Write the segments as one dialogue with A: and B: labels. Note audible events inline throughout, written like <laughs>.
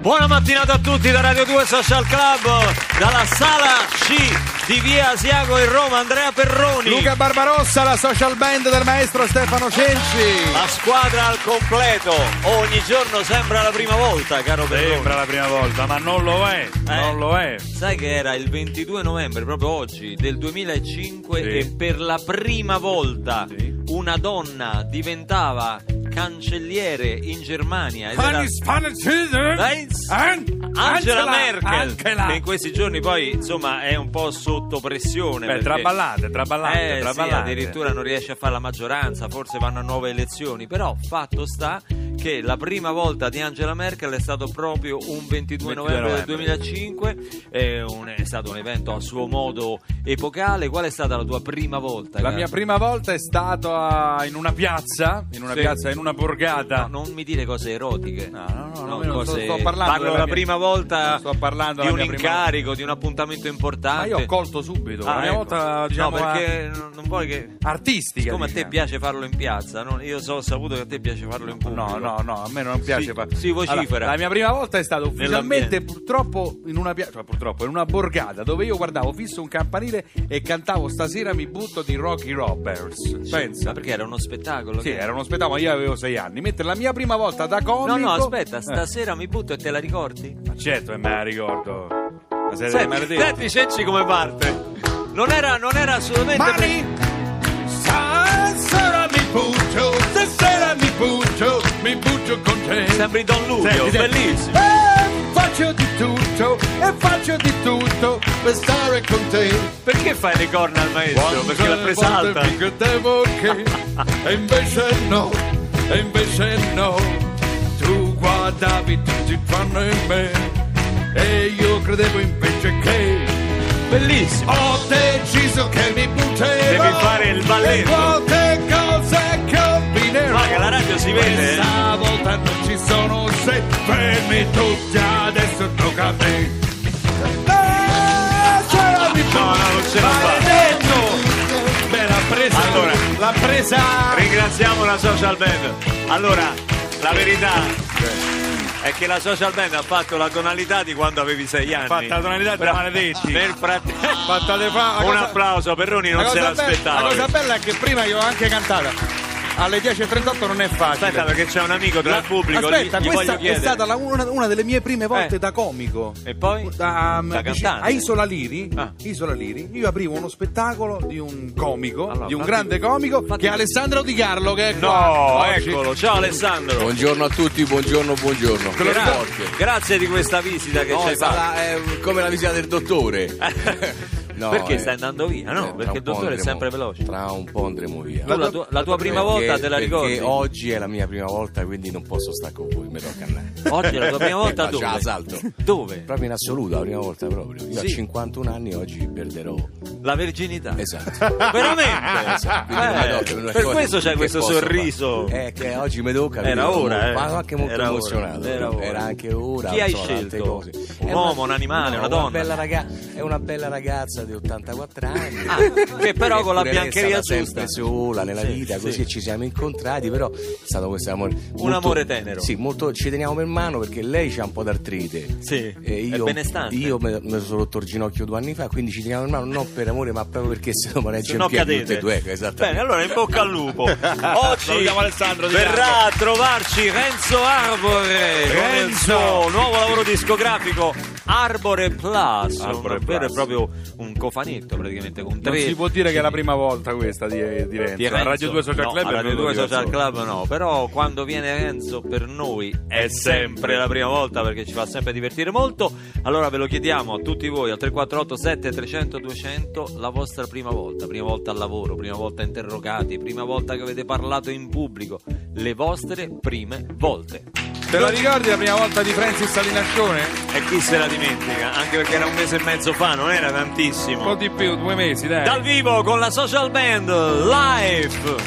A: Buona mattinata a tutti da Radio 2 Social Club, dalla sala C di via Asiago in Roma, Andrea Perroni.
B: Luca Barbarossa, la social band del maestro Stefano Cenci.
A: La squadra al completo, ogni giorno sembra la prima volta, caro Perroni.
C: Sembra la prima volta, ma non lo è, non lo è.
A: Eh, Sai che era il 22 novembre, proprio oggi, del 2005
C: Sì.
A: e per la prima volta
C: Sì.
A: una donna diventava cancelliere in Germania. ed era- Heinz- Eh? Angela Merkel, che in questi giorni poi insomma è un po' sotto pressione.
C: Beh,
A: perché-
C: traballate, traballate,
A: eh, sì,
C: traballate.
A: addirittura non riesce a fare la maggioranza, forse vanno a nuove elezioni, però fatto sta che la prima volta di Angela Merkel è stato proprio un 22
C: 22
A: novembre del
C: novembre.
A: 2005, è, un- è stato un evento a suo modo epocale, qual è stata la tua prima volta?
C: La
A: cara?
C: mia prima volta è stata in una piazza, in una
A: Sì.
C: piazza, in una borgata.
A: No, non mi dire cose erotiche.
C: No, no, no, no, io non
A: cose...
C: sto- sto parlando
A: Parlo
C: della
A: la
C: mia-
A: prima volta
C: non sto parlando
A: di
C: della
A: un
C: mia prima
A: incarico, di un appuntamento importante.
C: Ma io ho colto subito,
A: Ah,
C: la mia
A: ecco.
C: volta diciamo
A: No, perché non- non vuoi che...
C: a- artistica.
A: Come a te
C: diciamo.
A: piace farlo in piazza, non- io so, ho saputo che a te piace farlo in pubblico.
C: No, no, no, a me non
A: Si-
C: piace. fa-
A: si vocifera.
C: la mia prima volta è stata ufficialmente
A: Nell'ambiente.
C: purtroppo in una piazza, cioè purtroppo in una borgata dove io guardavo fisso un campanile e cantavo stasera mi butto di Rocky Roberts.
A: Ma
C: Pensa.
A: perché era uno spettacolo?
C: Sì,
A: che-
C: era uno spettacolo, io avevo sei anni, mentre la mia prima volta da
A: No,
C: comico
A: no, aspetta,
C: Eh,
A: stasera mi butto e te la ricordi?
C: ma certo, che me la ricordo. Ma se me la
A: Senti,
C: devo-
A: senti, senti come parte. Non era, non era assolutamente...
B: Mani! Stasera mi butto, stasera mi butto, mi butto con te.
A: Sembri Don Luvio,
C: Senti, senti.
A: bellissimo.
B: E Eh, faccio di tutto, e faccio di tutto per stare con te.
A: Perché fai le corna al maestro? perché l'ha presa
B: volte
A: alta.
B: mi credevo
A: <laughs>
B: che, e invece no, e invece no. Tu guardavi tutti tranne me, e io credevo invece che...
A: Bellissimo.
B: Ho deciso che mi butterò
A: Devi fare il balletto.
B: E quante cose combinerò
A: Ma che la radio si vede. eh.
B: Questa volta non ci sono se Fermi tutti adesso tocca a me Eh, c'era mi
C: No, no, non ce la fa.
B: Maledetto Beh l'ha presa
C: Allora.
B: L'ha presa
C: Ringraziamo la social band.
A: Allora, la verità è che la social band ha fatto la tonalità di quando avevi sei anni.
C: Fatta la tonalità dei
A: Bra-
C: maledetti.
A: Nel frattempo...
B: Fatta le fa la
A: Un
B: cosa-
A: applauso, Perroni
B: la
A: non se
B: cosa bella-
A: l'aspettava.
B: La cosa bella è che prima io ho anche cantata Alle 10.38 non è facile
A: Aspetta, perché c'è un amico tra il pubblico. gli-
C: Aspetta,
A: gli voglio
C: questa è
A: chiedere.
C: stata la- una, una delle mie prime volte
A: Eh.
C: da comico.
A: E poi?
C: Da, um,
A: Da
C: dice-
A: cantante.
C: a Isola Liri,
A: Ah.
C: Isola Liri, io aprivo uno spettacolo di un comico,
A: Allora,
C: di un
A: fatti-
C: grande comico,
A: fatti-
C: che è Alessandro Di Carlo, che è
A: No, ecco,
C: qua oggi.
A: eccolo. Ciao Alessandro.
D: Buongiorno a tutti, buongiorno, buongiorno.
C: Te lo
A: Gra-
C: ricordi?
A: grazie di questa visita che
D: No,
A: ci
D: è
A: hai fatto.
D: stata, eh, come la visita
A: <laughs>
D: del dottore. No,
A: perché
D: eh,
A: stai andando via?
D: eh,
A: No,
D: tra
A: perché il
D: un po'
A: dottore è
D: andremo-
A: sempre veloce. Tu
D: Tra un po' andremo via.
A: La, tua, la tua prima
D: Perché-
A: volta te la ricordi?
D: Perché oggi è la mia prima volta, quindi non posso stare con voi, me lo cannare.
A: Oggi è la tua prima volta
D: No, ce la Eh, salto.
A: dove? Dove?
D: Proprio in assoluto, la prima volta proprio. Io
A: Sì.
D: a 51 anni oggi perderò.
A: La verginità. <laughs>
D: Esatto.
A: Veramente?
D: Esatto, quindi non
A: Eh,
D: me lo tocca, non me lo
A: per
D: ricordo
A: questo c'è
D: che
A: questo
D: posso
A: sorriso.
D: fare. Eh, che oggi mi tocca.
A: Era
D: quindi
A: ora,
D: sono-
A: eh.
D: Ma sono anche molto
A: Era ora,
D: emozionato.
A: era ora.
D: anche ora.
A: Chi hai
D: insomma, tante
A: scelto?
D: cose.
A: Un
D: È
A: uomo, un animale, una donna?
D: bella raga- è una bella ragazza di 84 anni.
A: Ah, che però con la
D: Eppure lei è
A: biancheria
D: stata sempre
A: giusta.
D: sola nella
A: Sì,
D: vita,
A: sì.
D: così ci siamo incontrati, però è stato questo amore.
A: amore tenero.
D: Sì, molto ci teniamo per mano perché lei c'ha un po' d'artrite.
A: Sì,
D: E
A: è
D: io,
A: benestante.
D: io me, me lo sono rotto il ginocchio due anni fa, quindi ci teniamo in mano non per amore, ma proprio perché se no mi regge
A: Se
D: in
A: no
D: piedi
A: cadete.
D: tutte e due. Ecco, esattamente.
A: Bene, allora in bocca al
D: <laughs>
A: lupo. Oggi
C: Salutiamo Alessandro Di
A: verrà a trovarci Renzo Arbore con il
C: Renzo!
A: suo nuovo lavoro discografico Arbore Plus,
C: Arbore
A: un vero e
C: Plus.
A: proprio un cofanetto praticamente con
C: Non
A: tre
C: si può dire che è la prima volta questa di, di Renzo.
A: di
C: A
A: Renzo.
C: Radio 2 Social
A: No,
C: Club
A: a
C: è
A: Radio
C: venuto
A: 2
C: io
A: Social
C: solo.
A: Club no, però quando viene Renzo per noi è sempre la prima volta perché ci fa sempre divertire molto. Allora ve lo chiediamo a tutti voi al 348 7300 200 la vostra prima volta, prima volta al lavoro, prima volta interrogati, prima volta che avete parlato in pubblico, le vostre prime volte.
C: Te la ricordi la prima volta di Francis Salinascione?
A: E chi se la dimentica? Anche perché era un mese e mezzo fa, non era tantissimo.
C: Un po' di più, due mesi, dai.
A: dal vivo con la social band live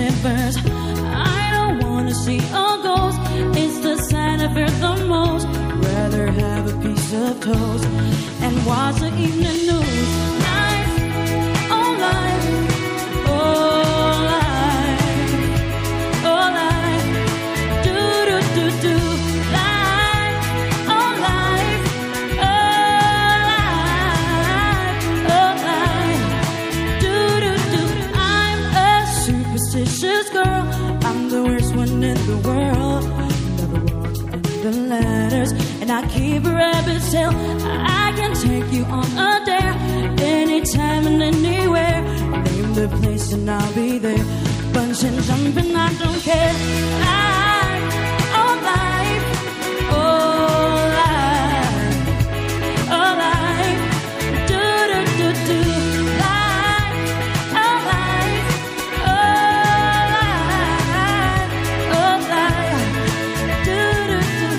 E: it burns. I don't wanna see a ghost. It's the sign I've hurt the most. Rather have a piece of toast and watch the evening news. Life, oh life, oh life, oh life. Do do do do. Life, oh life, oh life, oh life do do do. I'm a superstitious girl. I'm the worst one in the world. Never walk in the ladders, and I keep a rabbit's tail. I can take you on a dare anytime and anywhere. Name the place and I'll be there. Bunch and jumping, I don't care. Life, oh life, oh life. Alive, do do do do. Alive, alive, alive, alive, do do do.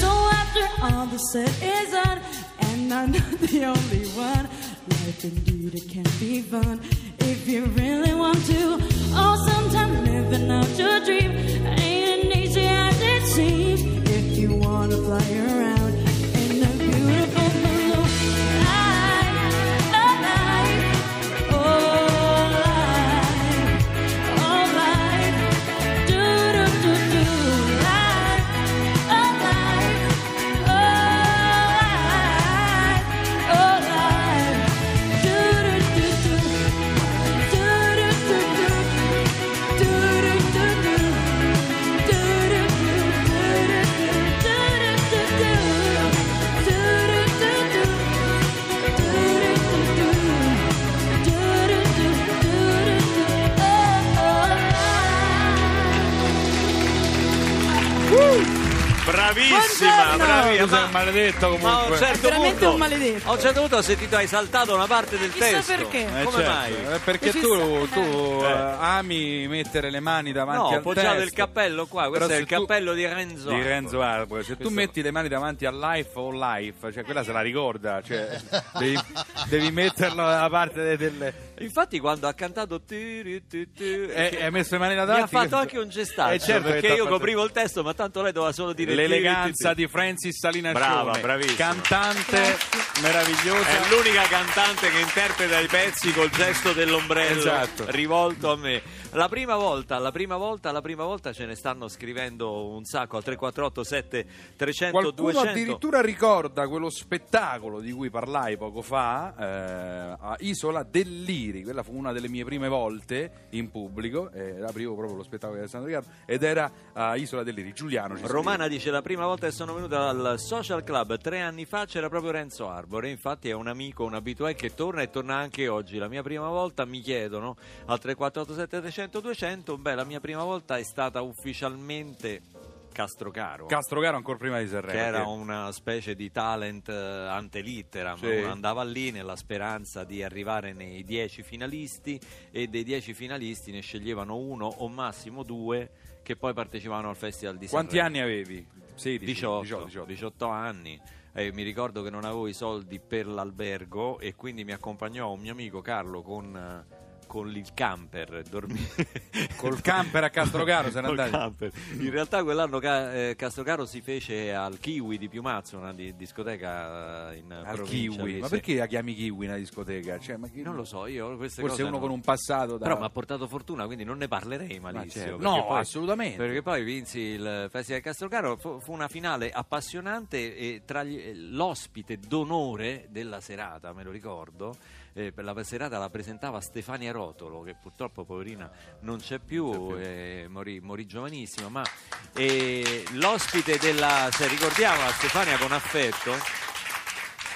E: So after all the set is done, and I'm not <laughs> the only one. Life indeed it can be fun if you really want to. Oh, sometimes living out your dream ain't easy as it seems. If you wanna fly around in a beautiful balloon, life, oh life, oh life, oh life, do do do do, life, oh life, oh life, oh life, do do do do, do do do do, do do do do. oh,
A: Bravissima,
F: Buongiorno!
A: bravissima.
C: Tu sei un maledetto
A: Ma a un
C: comunque.
A: certo
F: veramente
A: punto,
F: un maledetto.
A: A un certo punto ho sentito hai saltato una parte del
F: Chissà
A: testo.
F: perché. Eh,
A: Come
C: certo.
A: mai?
C: Eh, Perché
F: Ci
C: tu,
F: sta-
C: tu,
A: Eh.
C: eh, ami mettere le mani
A: No,
C: davanti
A: ho
C: al testo.
A: appoggiato il cappello qua, questo
C: Però
A: è
C: se
A: il
C: tu-
A: cappello di Renzo.
C: Di
A: Arco.
C: Renzo Arbore. Se tu
A: Questo-
C: metti le mani davanti al life o life, cioè quella se la ricorda, cioè devi, devi metterlo dalla parte de- del...
A: Infatti quando ha cantato tiri, ti,
C: Eh,
A: ti,
C: E hai messo le mani
A: mi
C: davanti?
A: ha fatto
C: questo-
A: anche un gestaccio
C: Eh, certo
A: perché
C: t'ha
A: io
C: fatto-
A: coprivo il testo, ma tanto lei doveva solo dire tiri, ti, ti.
C: L'eleganza di Francis Salina
A: Brava, bravissima.
C: Cantante meravigliosa.
A: È l'unica cantante che interpreta i pezzi col gesto dell'ombrello
C: Esatto.
A: rivolto a me. La prima volta, la prima volta, la prima volta ce ne stanno scrivendo un sacco al 348 7 300
C: Qualcuno
A: 200.
C: addirittura ricorda quello spettacolo di cui parlai poco fa eh, a Isola dell'Iri, quella fu una delle mie prime volte in pubblico, eh, aprivo proprio lo spettacolo di Alessandro Ricardo ed era a Isola dell'Iri, Giuliano ci scrive.
A: Romana dice la prima volta che sono venuta al social club tre anni fa c'era proprio Renzo Arbore infatti è un amico, un abitué che torna e torna anche oggi la mia prima volta mi chiedono al 3487 300 200 beh la mia prima volta è stata ufficialmente Castrocaro
C: Castrogaro ancora prima di Sanremo.
A: che era
C: sì.
A: una specie di talent eh, ante litteram
C: Sì.
A: uno andava lì nella speranza di arrivare nei 10 finalisti e dei 10 finalisti ne sceglievano uno o massimo due che poi partecipavano al festival di
C: Quanti
A: Sanremo.
C: anni avevi? 16,
A: 18,
C: 18,
A: 18. anni. Eh, mi ricordo che non avevo i soldi per l'albergo e quindi mi accompagnò un mio amico Carlo con, eh, con il camper. dormi-
C: <laughs> Col camper a Castrogaro se ne
A: Col
C: andati.
A: camper. In realtà quell'anno Ca- eh, Castrocaro si fece al Kiwi di Piumazzo, una di- discoteca eh, in
C: Al
A: provincia
C: kiwi,
A: lì,
C: ma
A: sì.
C: perché la chiami kiwi una discoteca? Cioè, ma chi-
A: Non lo so, io queste
C: Forse
A: cose
C: uno
A: non-
C: con un passato da...
A: Però mi ha portato fortuna, quindi non ne parlerei malissimo.
C: certo.
A: perché
C: No, assolutamente.
A: Perché poi vinsi il Festival di Castrocaro, fu, fu una finale appassionante e tra gli- eh, l'ospite d'onore della serata, me lo ricordo, eh, per la serata la presentava Stefania Rotolo, che purtroppo poverina non c'è più, eh, morì, morì giovanissima, ma eh, l'ospite della... se ricordiamo a Stefania con affetto...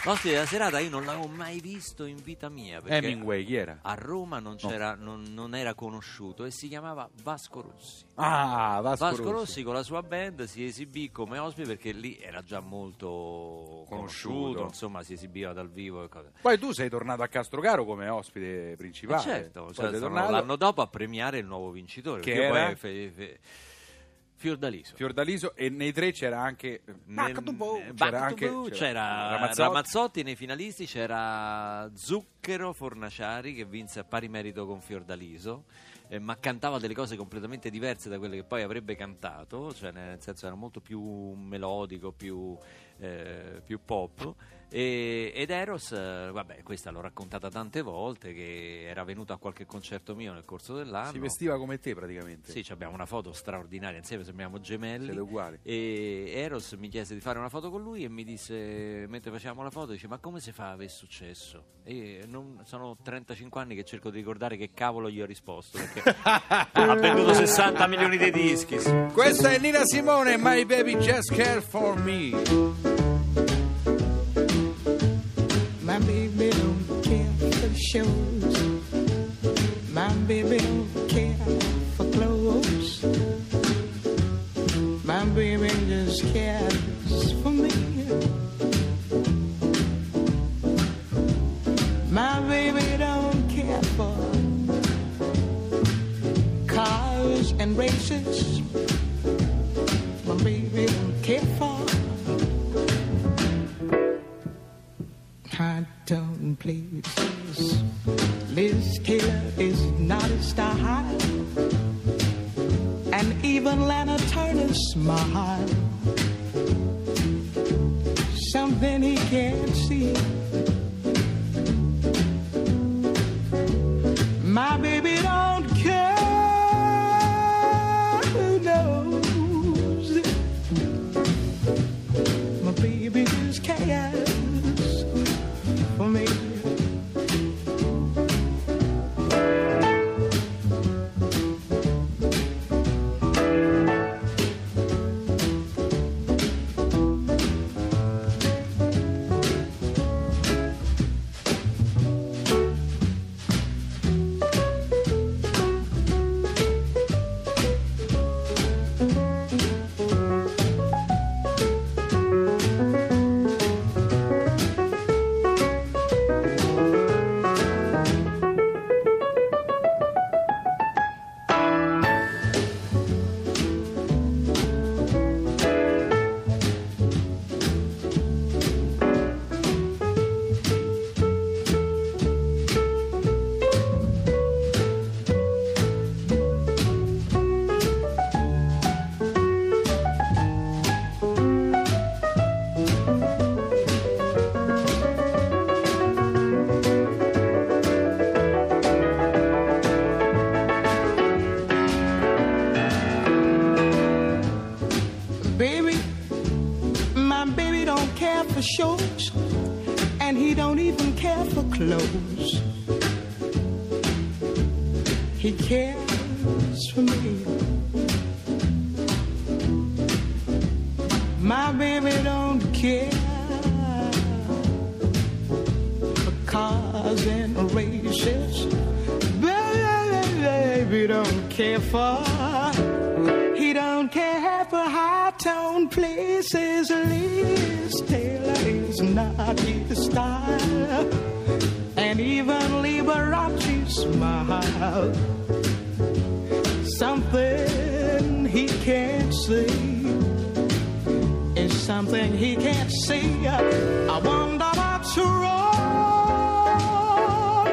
A: L'ospite della serata io non l'avevo mai visto in vita mia. Perché
C: Hemingway, chi era?
A: a Roma non, c'era- non- non era conosciuto e si chiamava Vasco Rossi.
C: Ah, Vasco,
A: Vasco Rossi. con la sua band si esibì come ospite perché lì era già molto conosciuto,
C: Conosciuto.
A: insomma si esibiva dal vivo e cose.
C: Poi tu sei tornato a Castrogaro come ospite
A: E
C: principale.
A: certo,
C: Poi
A: cioè,
C: sei
A: sono
C: tornato-
A: l'anno dopo a premiare il nuovo vincitore
C: Che
A: perché poi
C: era?
A: fe- fe- Fiordaliso.
C: Fiordaliso e nei tre c'era anche
A: Nel-
C: Back
A: Back
C: c'era
A: to
C: anche
A: Blue, c'era Ramazzotti.
C: Ramazzotti.
A: nei finalisti c'era Zucchero Fornaciari che vinse a pari merito con Fiordaliso eh, ma cantava delle cose completamente diverse da quelle che poi avrebbe cantato, cioè nel senso era molto più melodico, più, eh, più pop. E- ed Eros, eh, vabbè, questa l'ho raccontata tante volte, che era venuto a qualche concerto mio nel corso dell'anno.
C: Si vestiva come te praticamente.
A: Sì, ci abbiamo una foto straordinaria insieme, sembriamo gemelli.
C: Siete uguali.
A: E Eros mi chiese di fare una foto con lui e mi disse, mentre facevamo la foto, dice, ma come si fa ad aver successo? E non- sono 35 anni che cerco di ricordare che cavolo gli ho risposto,
C: <laughs>
A: perché ha venduto 60 milioni di dischi.
C: Questa è Nina Simone, My Baby Just Care For Me.
F: My baby don't care for shows. My baby don't care for clothes. My baby just cares for me. My baby don't care for cars and races. My baby don't care for hot tone places. Liz Taylor is not a star high, and even Lana Turner smile. Something he can't see. My baby don't care who knows. My baby just cares for me. Baby, my baby don't care for shows, and he don't even care for clothes. He cares for me. My baby don't care for cars and races. Baby, baby don't care for. He don't care for high tone places. Liz Taylor is not his style, and even Liberace smile. Something he can't see is something he can't see. I wonder what's wrong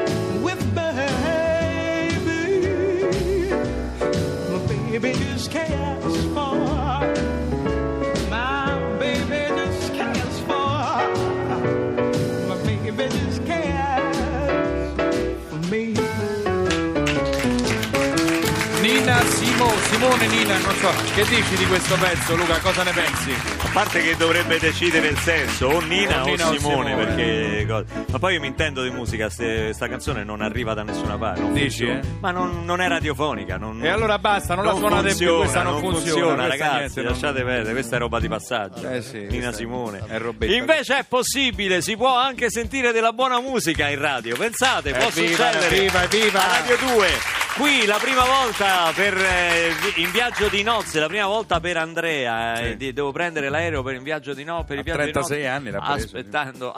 F: with baby. My baby just cares for. My baby just cares for. My baby just cares for me.
C: Nina Simo, Simone Nina, non so, che dici di questo pezzo Luca, cosa ne pensi?
G: A parte che dovrebbe decidere il senso, o Nina
C: O
G: o,
C: Nina o
G: Simone,
C: Simone.
G: perché cosa- Ma poi io mi intendo di musica, se- sta canzone non arriva da nessuna parte. non
C: Dici,
G: funziona.
C: eh?
G: Ma non, non è radiofonica. Non,
C: E allora basta, non, la suonate più,
G: funziona,
C: questa non, funziona, questa
G: ragazzi,
C: niente, non-
G: lasciate perdere, questa è roba di passaggio.
C: Eh sì, questa
G: Nina
C: è-
G: Simone.
C: è robetta.
G: Invece è possibile, si può anche sentire della buona musica in radio. Pensate, può
C: Evviva,
G: succedere.
C: evviva, evviva!
G: A Radio 2. Qui la prima volta per, eh, vi- in viaggio di nozze, la prima volta per Andrea. eh,
C: Sì.
G: di- devo prendere l'aereo per in viaggio di no, per
C: A
G: il viaggio di
C: 36
G: nozze,
C: anni l'ha preso,
G: aspettando,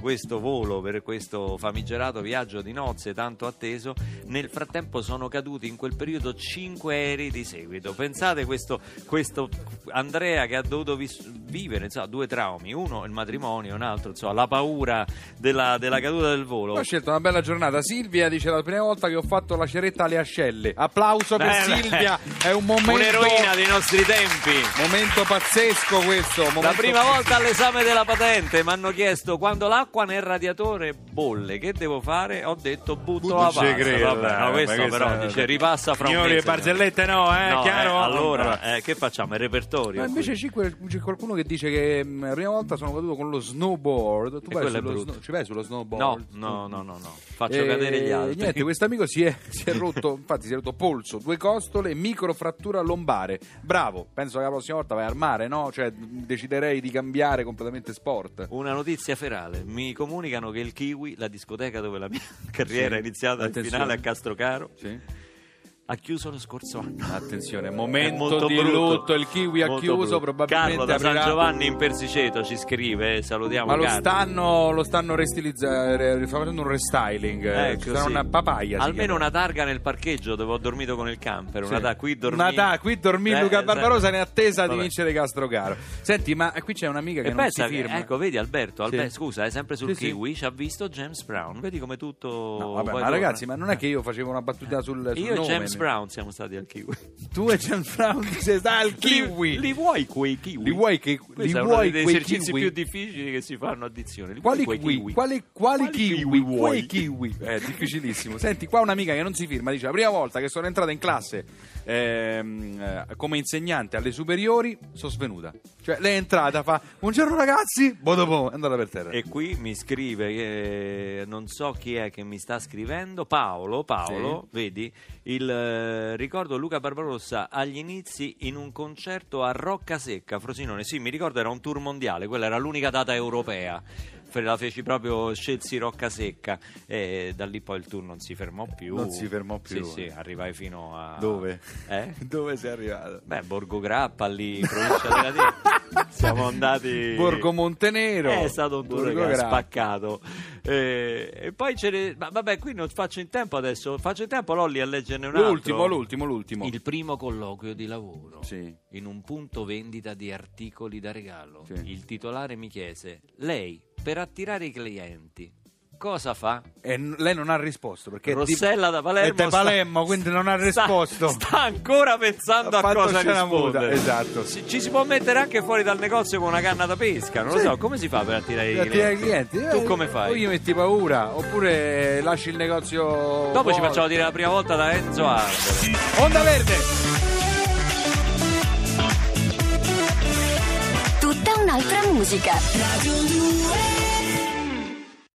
G: <laughs> aspettando questo volo per questo famigerato viaggio di nozze tanto atteso. Nel frattempo sono caduti in quel periodo 5 aerei di seguito. Pensate questo, questo Andrea che ha dovuto vis- vivere insomma, due traumi, uno il matrimonio, un altro insomma, la paura della, della caduta del volo.
C: Ho scelto una bella giornata. Silvia dice la prima volta che ho fatto la ceretta stretta alle ascelle. Applauso per
A: Eh, Beh, beh.
C: Silvia, è
A: <laughs>
C: un momento,
A: Un'eroina dei nostri tempi.
C: momento pazzesco questo.
A: La
C: momento
A: prima volta all'esame della patente mi hanno chiesto quando l'acqua nel radiatore bolle, che devo fare? Ho detto butto la pasta.
H: ci credo,
A: Vabbè, no,
H: eh,
A: questo
H: ma questa-
A: però dice ripassa fra un
H: Signori,
A: mese.
H: barzellette no, eh,
A: No,
H: chiaro?
A: eh, allora, eh, che facciamo? Il repertorio.
C: Ma invece c'è, quel- c'è qualcuno che dice che mh, la prima volta sono caduto con lo snowboard. Tu vai
A: quello è
C: sullo,
A: brutto.
C: sno- ci vai sullo
A: No,
C: snowboard?
A: no, no, no, no. Faccio
C: E
A: cadere gli altri.
C: Eh, Niente, questo amico si è, si è rotto, infatti si è rotto polso, due costole, microfrattura lombare. Bravo, penso che la prossima volta vai al mare, no? Cioè, deciderei di cambiare completamente sport.
A: <laughs> Una notizia ferale, mi comunicano che il Kiwi, la discoteca dove la mia <laughs> carriera è
C: Sì,
A: iniziata al
C: attenzione.
A: finale a Castrocaro,
C: Sì.
A: ha chiuso lo scorso anno.
C: Attenzione,
A: È
C: momento
A: molto
C: di
A: brutto.
C: lutto, il kiwi ha
A: Molto brutto.
C: chiuso, probabilmente
A: Carlo da
C: aprirà-
A: San Giovanni in Persiceto ci scrive, eh, salutiamo
C: Ma lo
A: Carlo.
C: stanno, lo stanno restilizzando, facendo un restyling. eh,
A: Ecco,
C: ci sarà
A: sì.
C: una papaya. si
A: Almeno
C: chiama.
A: una targa nel parcheggio dove ho dormito con il camper. Una
C: Sì.
A: targa qui dormì.
C: Una ta- qui dormì
A: Eh,
C: Luca
A: esatto.
C: Barbarosa in attesa di
A: Vabbè.
C: vincere Castrocaro. Senti, ma qui c'è un'amica che
A: E
C: non
A: pensa
C: si
A: che-
C: firma.
A: ecco, vedi Alberto, Albe- scusa, è sempre sul
C: Sì, sì.
A: kiwi, ci ha visto James Brown. Vedi come tutto
C: No, vabbè,
A: poi
C: ma
A: torna.
C: ragazzi, ma non è che io facevo una battuta sul, sul
A: Io e
C: nome.
A: James Brown siamo stati al
C: <laughs>
A: kiwi.
C: Tu e James Brown <laughs> sei stato al kiwi.
A: Li, li vuoi quei kiwi?
C: Li vuoi che-
A: Questo
C: li
A: è uno
C: vuoi
A: dei
C: quei
A: esercizi
C: kiwi?
A: più difficili che si fanno a dizione. Li
C: Quali
A: vuoi quei
C: kiwi? Quali, quali
A: Quali
C: kiwi?
A: kiwi vuoi? Eh, <laughs>
C: Quei kiwi? È difficilissimo. Senti, qua un'amica che non si firma dice: La prima volta che sono entrata in classe ehm, eh, come insegnante alle superiori, sono svenuta. Cioè, lei è entrata, fa: Buongiorno ragazzi, bodopo, è andata per terra.
A: E qui mi scrive, eh, non so chi è che mi sta scrivendo, Paolo, Paolo, vedi, il, eh, ricordo Luca Barbarossa agli inizi in un concerto a Rocca Secca, Frosinone, sì mi ricordo era un tour mondiale, quella era l'unica data europea. Fe- La feci proprio, scelsi Rocca Secca e da lì poi il tour non si fermò più.
C: Non si fermò più. eh.
A: Sì, sì, arrivai fino a...
C: Dove?
A: Eh?
C: <laughs> Dove sei arrivata?
A: Beh, Borgo Grappa lì, in provincia della Tirana.
C: <laughs>
A: Siamo andati...
C: Borgo Montenero.
A: È stato un tour
C: Borgo
A: che ha
C: Grappa.
A: spaccato. Eh, e poi ce ne. Ma vabbè, qui non faccio in tempo adesso. Faccio in tempo, Lolli, a leggerne un altro.
C: L'ultimo, l'ultimo, l'ultimo.
A: Il primo colloquio di lavoro
C: Sì.
A: in un punto vendita di articoli da regalo.
C: Sì.
A: Il titolare mi chiese: Lei per attirare i clienti cosa fa?
C: E n- lei non ha risposto perché è di-
A: Rossella da Palermo.
C: è da
A: sta-
C: Palermo, quindi non ha
A: sta-
C: risposto.
A: Sta, ancora pensando
C: Ha
A: a
C: fatto
A: cosa
C: scena muta,
A: rispondere.
C: esatto.
A: Si- Ci si può mettere anche fuori dal negozio con una canna da pesca. Non
C: Sì.
A: lo so, come si fa per attirare i
C: Per attirare i clienti.
A: Tu
C: Eh,
A: come fai?
C: O gli metti paura, oppure eh, lasci il negozio.
A: Dopo ci
C: vuoto.
A: facciamo dire la prima volta da Enzo Arbore.
C: Onda verde!
I: Tutta un'altra musica.
J: Radio 2